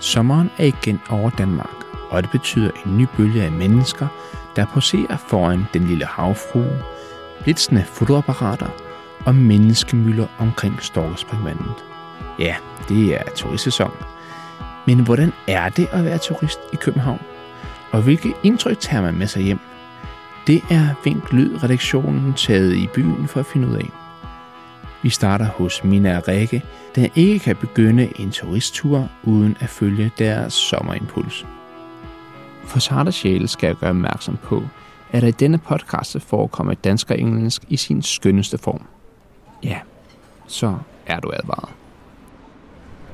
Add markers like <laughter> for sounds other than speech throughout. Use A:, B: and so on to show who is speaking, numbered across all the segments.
A: Sommeren er igen over Danmark, og det betyder en ny bølge af mennesker, der poserer foran den lille havfrue, blitzende fotoapparater og menneskemylder omkring Storkespringvandet. Ja, det er turistsæson. Men hvordan er det at være turist i København? Og hvilke indtryk tager man med sig hjem? Det er Vink Lyd-redaktionen taget i byen for at finde ud af. Vi starter hos Mina og Rikke, der ikke kan begynde en turisttur uden at følge deres sommerimpuls. For sarte sjæle skal jeg gøre opmærksom på, at der i denne podcast forekommer dansker-engelsk i sin skønneste form. Ja, så er du advaret.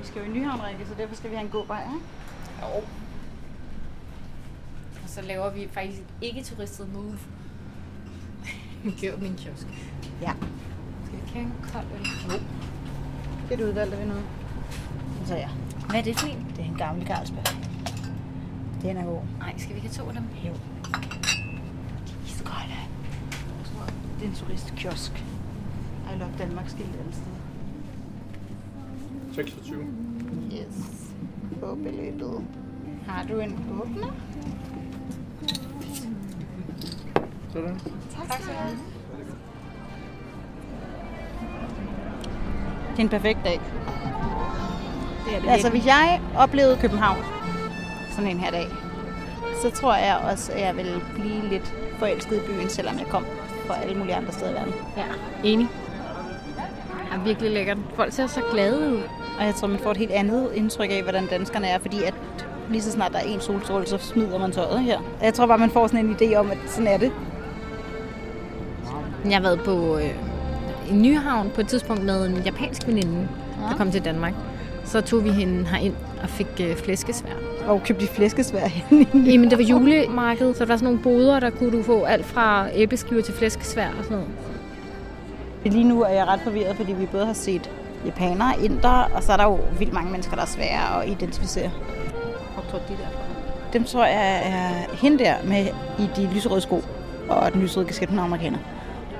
B: Vi skal jo i Nyhavn, Rikke, så derfor skal vi have en god vej, ikke?
C: Jo. Og så laver vi faktisk et ikke-turistet move. Gør min kiosk.
B: Ja.
C: Skal vi ikke have en kold øl?
B: Det udvalgte vi noget. Så ja,
C: Hvad er det for en?
B: det er en gammel Carlsberg. Den er god.
C: Nej, skal vi ikke have to af dem?
B: Jo. Iskolde. Jeg tror, Det er en turistkiosk. I love Danmark skilt alle steder.
D: 26.
B: Yes. På beløbet. Har du en åbner?
D: Sådan.
B: Tak skal du have. Det er en perfekt dag.
C: Det er det
B: Altså, hvis jeg oplevede København sådan en her dag, så tror jeg også, at jeg vil blive lidt forelsket i byen, selvom jeg kom fra alle mulige andre steder i verden.
C: Ja, enig. Er virkelig lækkert. Folk ser så glade ud.
B: Og jeg tror, man får et helt andet indtryk af, hvordan danskerne er, fordi at lige så snart der er en solstråle, så smider man tøjet her. Jeg tror bare, man får sådan en idé om, at sådan er det.
C: Jeg har været på øh, i Nyhavn på et tidspunkt med en japansk veninde, ja. der kom til Danmark. Så tog vi hende herind og fik øh, flæskesvær.
B: Og købte de flæskesvær <laughs> henne.
C: Jamen, der var julemarked, så der var sådan nogle boder, der kunne du få alt fra æbleskiver til flæskesvær og sådan noget.
B: Lige nu er jeg ret forvirret, fordi vi både har set japanere, indere, og så er der jo vildt mange mennesker, der er svære at identificere.
C: Hvor tog de der
B: Dem tror jeg er hende der med i de lyserøde sko og den lyserøde kasket, hun er amerikaner.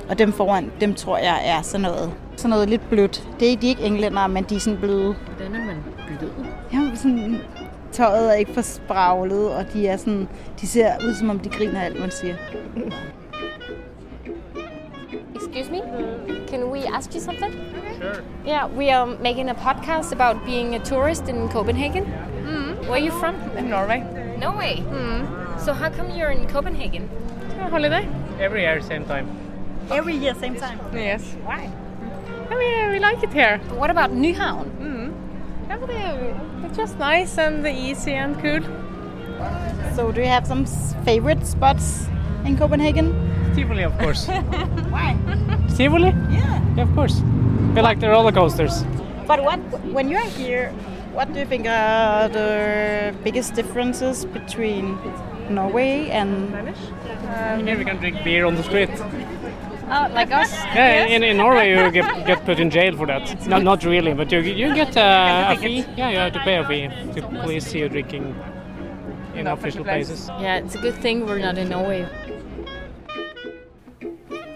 B: Og dem foran, dem tror jeg er sådan noget, sådan noget lidt blødt. Det er, de er ikke englændere, men de er sådan bløde.
C: Hvordan er man blød?
B: Ja, sådan, tøjet er ikke for spraglet, og de, er sådan, de ser ud, som om de griner af alt, man siger.
E: Excuse me, can we ask you something? Sure. Yeah, we are making a podcast about being a tourist in Copenhagen. Where are you from?
F: Norway.
E: Norway. So how come you're in Copenhagen?
F: holiday?
G: Every year, same time.
B: Every year, same time.
F: Yes. Why? I mean, we like it here.
C: But what about Nyhavn?
H: Mm.
F: Everything. It's just nice and easy and cool.
B: So do you have some s- favorite spots in Copenhagen?
G: Tivoli, of course.
B: Why?
G: Tivoli?
B: Yeah.
G: Yeah, of course. We like the roller coasters.
B: But what, when you're here, what do you think are the biggest differences between Norway and
G: Here we can drink beer on the street.
C: Oh, like us?
G: <laughs> Yeah, in, in Norway you get, get put in jail for that. No, not really, but you, you get uh, a fee. Yeah, you have to pay a fee to police see you drinking in official places.
C: Yeah, it's a good thing we're not in Norway.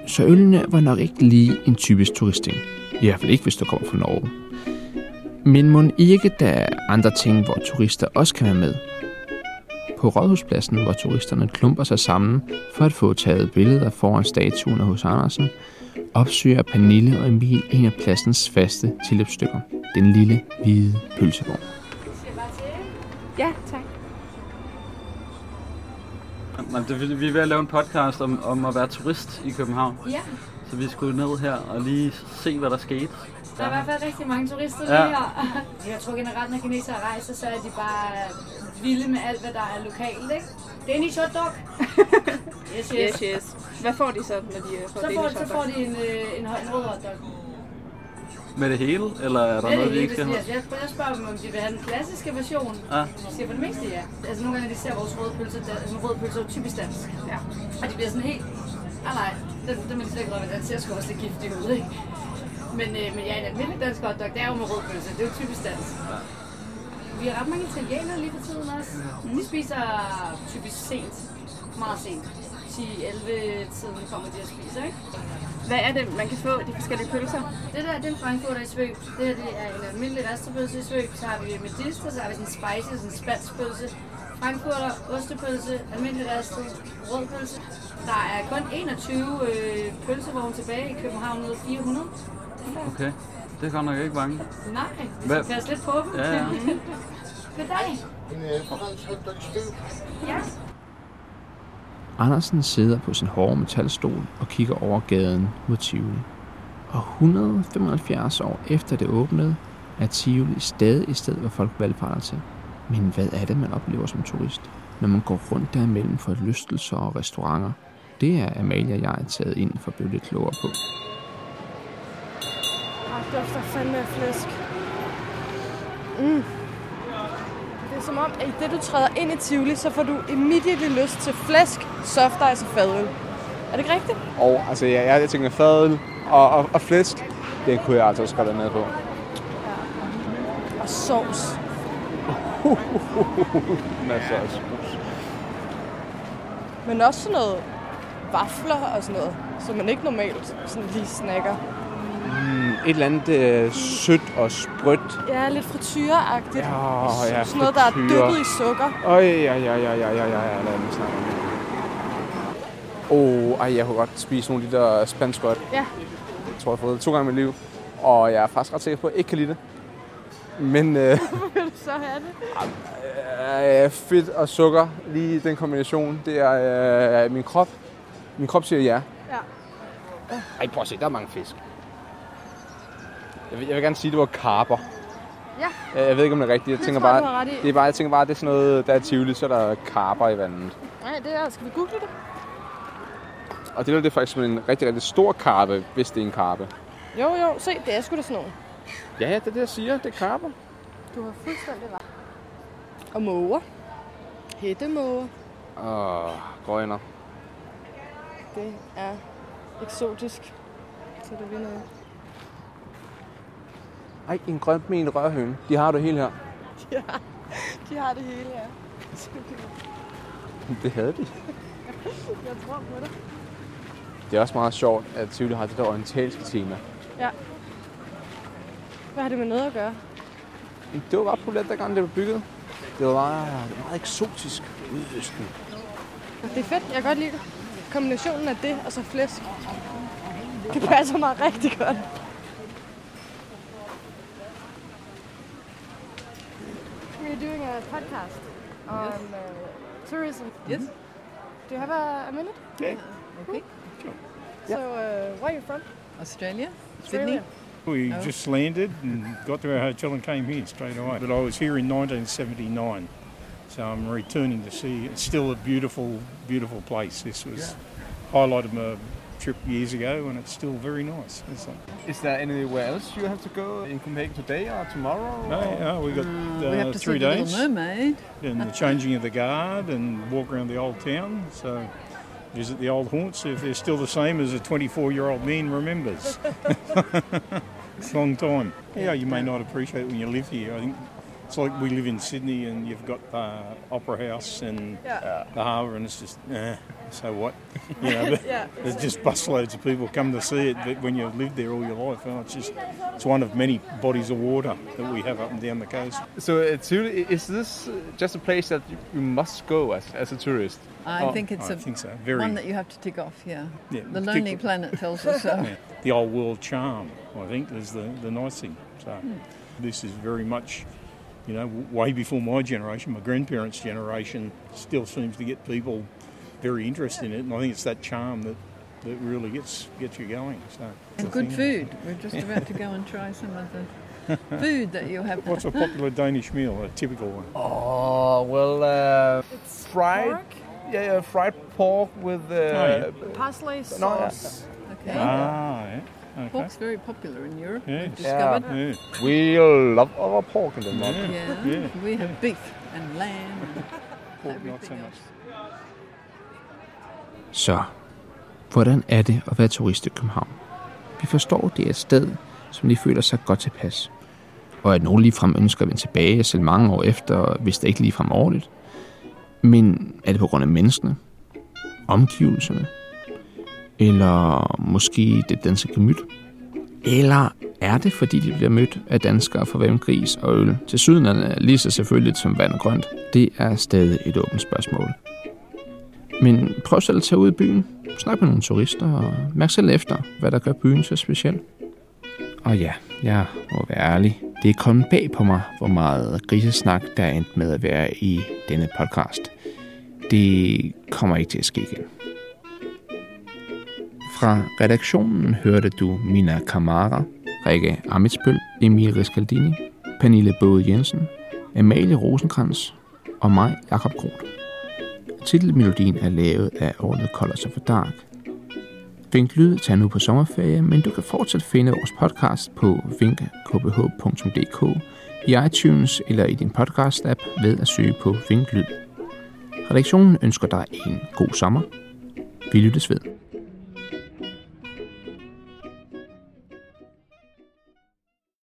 A: Så ølene var nok ikke lige en typisk turistting. I hvert fald ikke, hvis du kommer fra Norge. Men må ikke, der er andre ting, hvor turister også kan være med. På Rådhuspladsen, hvor turisterne klumper sig sammen for at få taget billeder foran statuen af hos Andersen, opsøger Pernille og Emil en af pladsens faste tilløbsstykker. Den lille, hvide pølsevogn.
F: Ja, tak.
D: Jamen, det, vi er ved at lave en podcast om, om at være turist i København. Ja. Så vi skulle ned her og lige se, hvad der skete.
I: Der er i hvert fald rigtig mange turister
D: Ja.
I: ja. her. <laughs> Jeg tror generelt, når kinesere rejser, så er de bare vilde med alt, hvad der er lokalt, ikke? Danish hot dog! Yes, yes. yes, yes.
F: Hvad får de så, når de øh, får
I: Så,
F: det
I: får,
F: i
I: så
F: shoppen?
I: får de en, øh, en højrød hot dog.
D: Med det hele, eller er der
I: Det er
D: noget,
I: det
D: vi ikke skal
I: hele, siger.
D: have?
I: Jeg, jeg, jeg spørger dem, om de vil have den klassiske version.
D: Ja.
I: De siger for det meste ja. Altså nogle gange, når de ser vores røde pølse, der, altså, røde pølse er jo typisk dansk. Ja. Og de bliver sådan helt, ah nej, den, den er de slet ikke røde, den ser sgu også lidt giftig ud, ikke? Men, øh, men ja, en almindelig dansk hotdog, det er jo med rød pølse, det er jo typisk dansk.
D: Mm.
I: Vi har ret mange italienere lige for tiden også. De spiser typisk sent. meget sent. 10-11-tiden kommer de og spiser, ikke? Hvad er det, man kan få de forskellige pølser? Det der, det er en frankfurter i svøb. Det her, det er en almindelig restepølse i svøb. Så har vi medister, så har vi sådan en spicy, sådan en spansk pølse. Frankfurter, ostepølse, almindelig ristet, rød pølse. Der er kun 21 øh, pølsevogne tilbage i København, ud af 400.
D: Okay, det er godt nok ikke mange.
I: Nej, vi
D: Hvad-
I: skal passe lidt på dem.
D: Ja, ja.
I: <laughs> Goddag. Ja.
A: Andersen sidder på sin hårde metalstol og kigger over gaden mod Tivoli. Og 175 år efter det åbnede, er Tivoli stadig et sted, hvor folk valgfarter til. Men hvad er det, man oplever som turist, når man går rundt derimellem for lystelser og restauranter? Det er Amalie og jeg taget ind for at blive lidt klogere på.
H: Ah, det dufter fandme af flæsk. Mm. Det er som om, at i det du træder ind i Tivoli, så får du immediately lyst til flæsk, softice og fadøl. Er det ikke rigtigt?
J: Og altså, ja, jeg, jeg tænker fadøl og, og, og flæsk, det kunne jeg altså også godt have med på.
H: Og sovs.
J: <laughs> Masser af sus.
H: Men også sådan noget vafler og sådan noget, som man ikke normalt sådan lige snakker.
J: Mm, et eller andet øh, sødt og sprødt.
H: Ja, lidt frityreagtigt.
J: Åh, ja,
H: sådan noget, der er
J: frityre.
H: dyppet i sukker.
J: Øj, ja, ja, ja, ja, ja, ja, lad mig snakke om det. Åh, oh, ej, jeg kunne godt spise nogle af de der spansk godt.
H: Ja.
J: Jeg tror, jeg har fået det to gange i mit liv. Og jeg er faktisk ret sikker på, at jeg ikke kan lide det. Men øh,
H: Vil du så have det?
J: øh, fedt og sukker, lige den kombination, det er øh, min krop. Min krop siger ja.
H: Ja.
J: Ej, prøv at se, der er mange fisk. Jeg vil, jeg vil gerne sige, at det var karper.
H: Ja.
J: Jeg, jeg ved ikke, om det er rigtigt. Jeg tænker
H: tror jeg,
J: bare,
H: du har ret i.
J: det er bare, jeg tænker bare, at det er sådan noget, der er tivoli, så er der karper i vandet.
H: Nej, det er, skal vi google det?
J: Og det der, det er faktisk som en rigtig, rigtig stor karpe, hvis det er en karpe.
H: Jo, jo, se, det er sgu da sådan nogle.
J: Ja, ja, det er det, jeg siger. Det er karper.
H: Du har fuldstændig ret. Og måger. Hættemåger.
J: Åh, grønner.
H: Det er eksotisk. Så det vil noget.
J: Ej, en grøn med en rørhøne. De har du helt her.
H: <laughs> Ja, de har det hele, ja.
J: Det havde de.
H: <laughs> Jeg tror på det.
J: Det er også meget sjovt, at Tivoli har det der orientalske tema.
H: Ja. Hvad har det er med noget at gøre?
J: Det var ret populært, dengang det blev bygget. Det var, det var meget eksotisk ude i Østen.
H: Det er fedt, jeg kan godt lide det. Kombinationen af det og så flæsk. Det passer mig rigtig godt.
F: We're doing a podcast on uh, tourism.
H: Yes.
F: Do you have a, a minute?
H: Yeah.
F: Okay.
H: So, uh, where are you from?
F: Australia?
H: Sydney?
K: We just landed and got to our hotel and came here straight away. But I was here in 1979, so I'm returning to see. It's still a beautiful, beautiful place. This was highlighted my trip years ago, and it's still very nice. It's like,
J: Is there anywhere else you have to go in Copenhagen today or tomorrow?
K: no, no, we got uh,
L: we have to
K: three
L: see The Little
K: days
L: Mermaid.
K: and the changing of the guard and walk around the old town. So visit the old haunts if they're still the same as a 24-year-old man remembers. it's a long time. Yeah, you may not appreciate it when you live here. I think it's like we live in Sydney and you've got the Opera House and
H: Yeah.
K: the harbour, and it's just, eh, so what? You know, but
H: Yeah,
K: there's just busloads of people come to see it. But when you've lived there all your life, oh, it's just it's one of many bodies of water that uh, we have up and down the coast.
J: So uh, Tivoli, is this uh, just a place that you- you must go as, as a tourist?
L: I
J: Or-
L: think it's a one that you have to tick off. Yeah.
K: Yeah,
L: the Lonely
K: tick-
L: Planet tells us so.
K: Yeah. The old world charm, I think, is the, the nice thing. So
L: Hmm.
K: this is very much, you know, w- way before my generation, my grandparents' generation still seems to get people very interested in it, and I think it's that charm that, that really gets gets you going. So
L: And
K: it's a
L: good
K: thing.
L: food. We're just about to go and try some of the food that you have.
K: What's a popular Danish meal? A typical one.
J: Oh well, uh, fried. Yeah, yeah, fried pork with uh,
K: Oh,
L: Parsley
J: No, yeah.
L: sauce. Okay.
K: Ah, yeah. Okay.
L: Pork's very popular in Europe.
K: Yeah.
L: We've discovered.
J: We love our pork in Denmark.
L: Yeah. We have beef and lamb. and everything else.
A: Så, hvordan er det at være turist i København? Vi forstår, det er et sted, som de føler sig godt tilpas. Og at nogen ligefrem ønsker at vende tilbage selv mange år efter, hvis det ikke ligefrem er ordentligt. Men er det på grund af menneskene? omgivelserne, eller måske det danske gemyt? Eller er det, fordi de bliver mødt af danskere for hvem gris og øl til syden er lige så selvfølgeligt som vand og grønt? Det er stadig et åbent spørgsmål. Men prøv selv at tage ud i byen, snak med nogle turister og mærk selv efter, hvad der gør byen så speciel. Og ja, jeg må være ærlig. Det er kommet bag på mig, hvor meget grisesnak der er endt med at være i denne podcast. Det kommer ikke til at ske igen. Fra redaktionen hørte du Mina Kamara, Rikke Amitsbøl, Emil Riscaldini, Pernille Både Jensen, Amalie Rosenkrantz og mig, Jakob Groth. Titelmelodien er lavet af Orlet Colors of the Dark. Vink Lyd tager nu på sommerferie, men du kan fortsat finde vores podcast på vinkkbh.dk, i iTunes eller i din podcast-app ved at søge på Vink Lyd. Redaktionen ønsker dig en god sommer. Vi lyttes ved.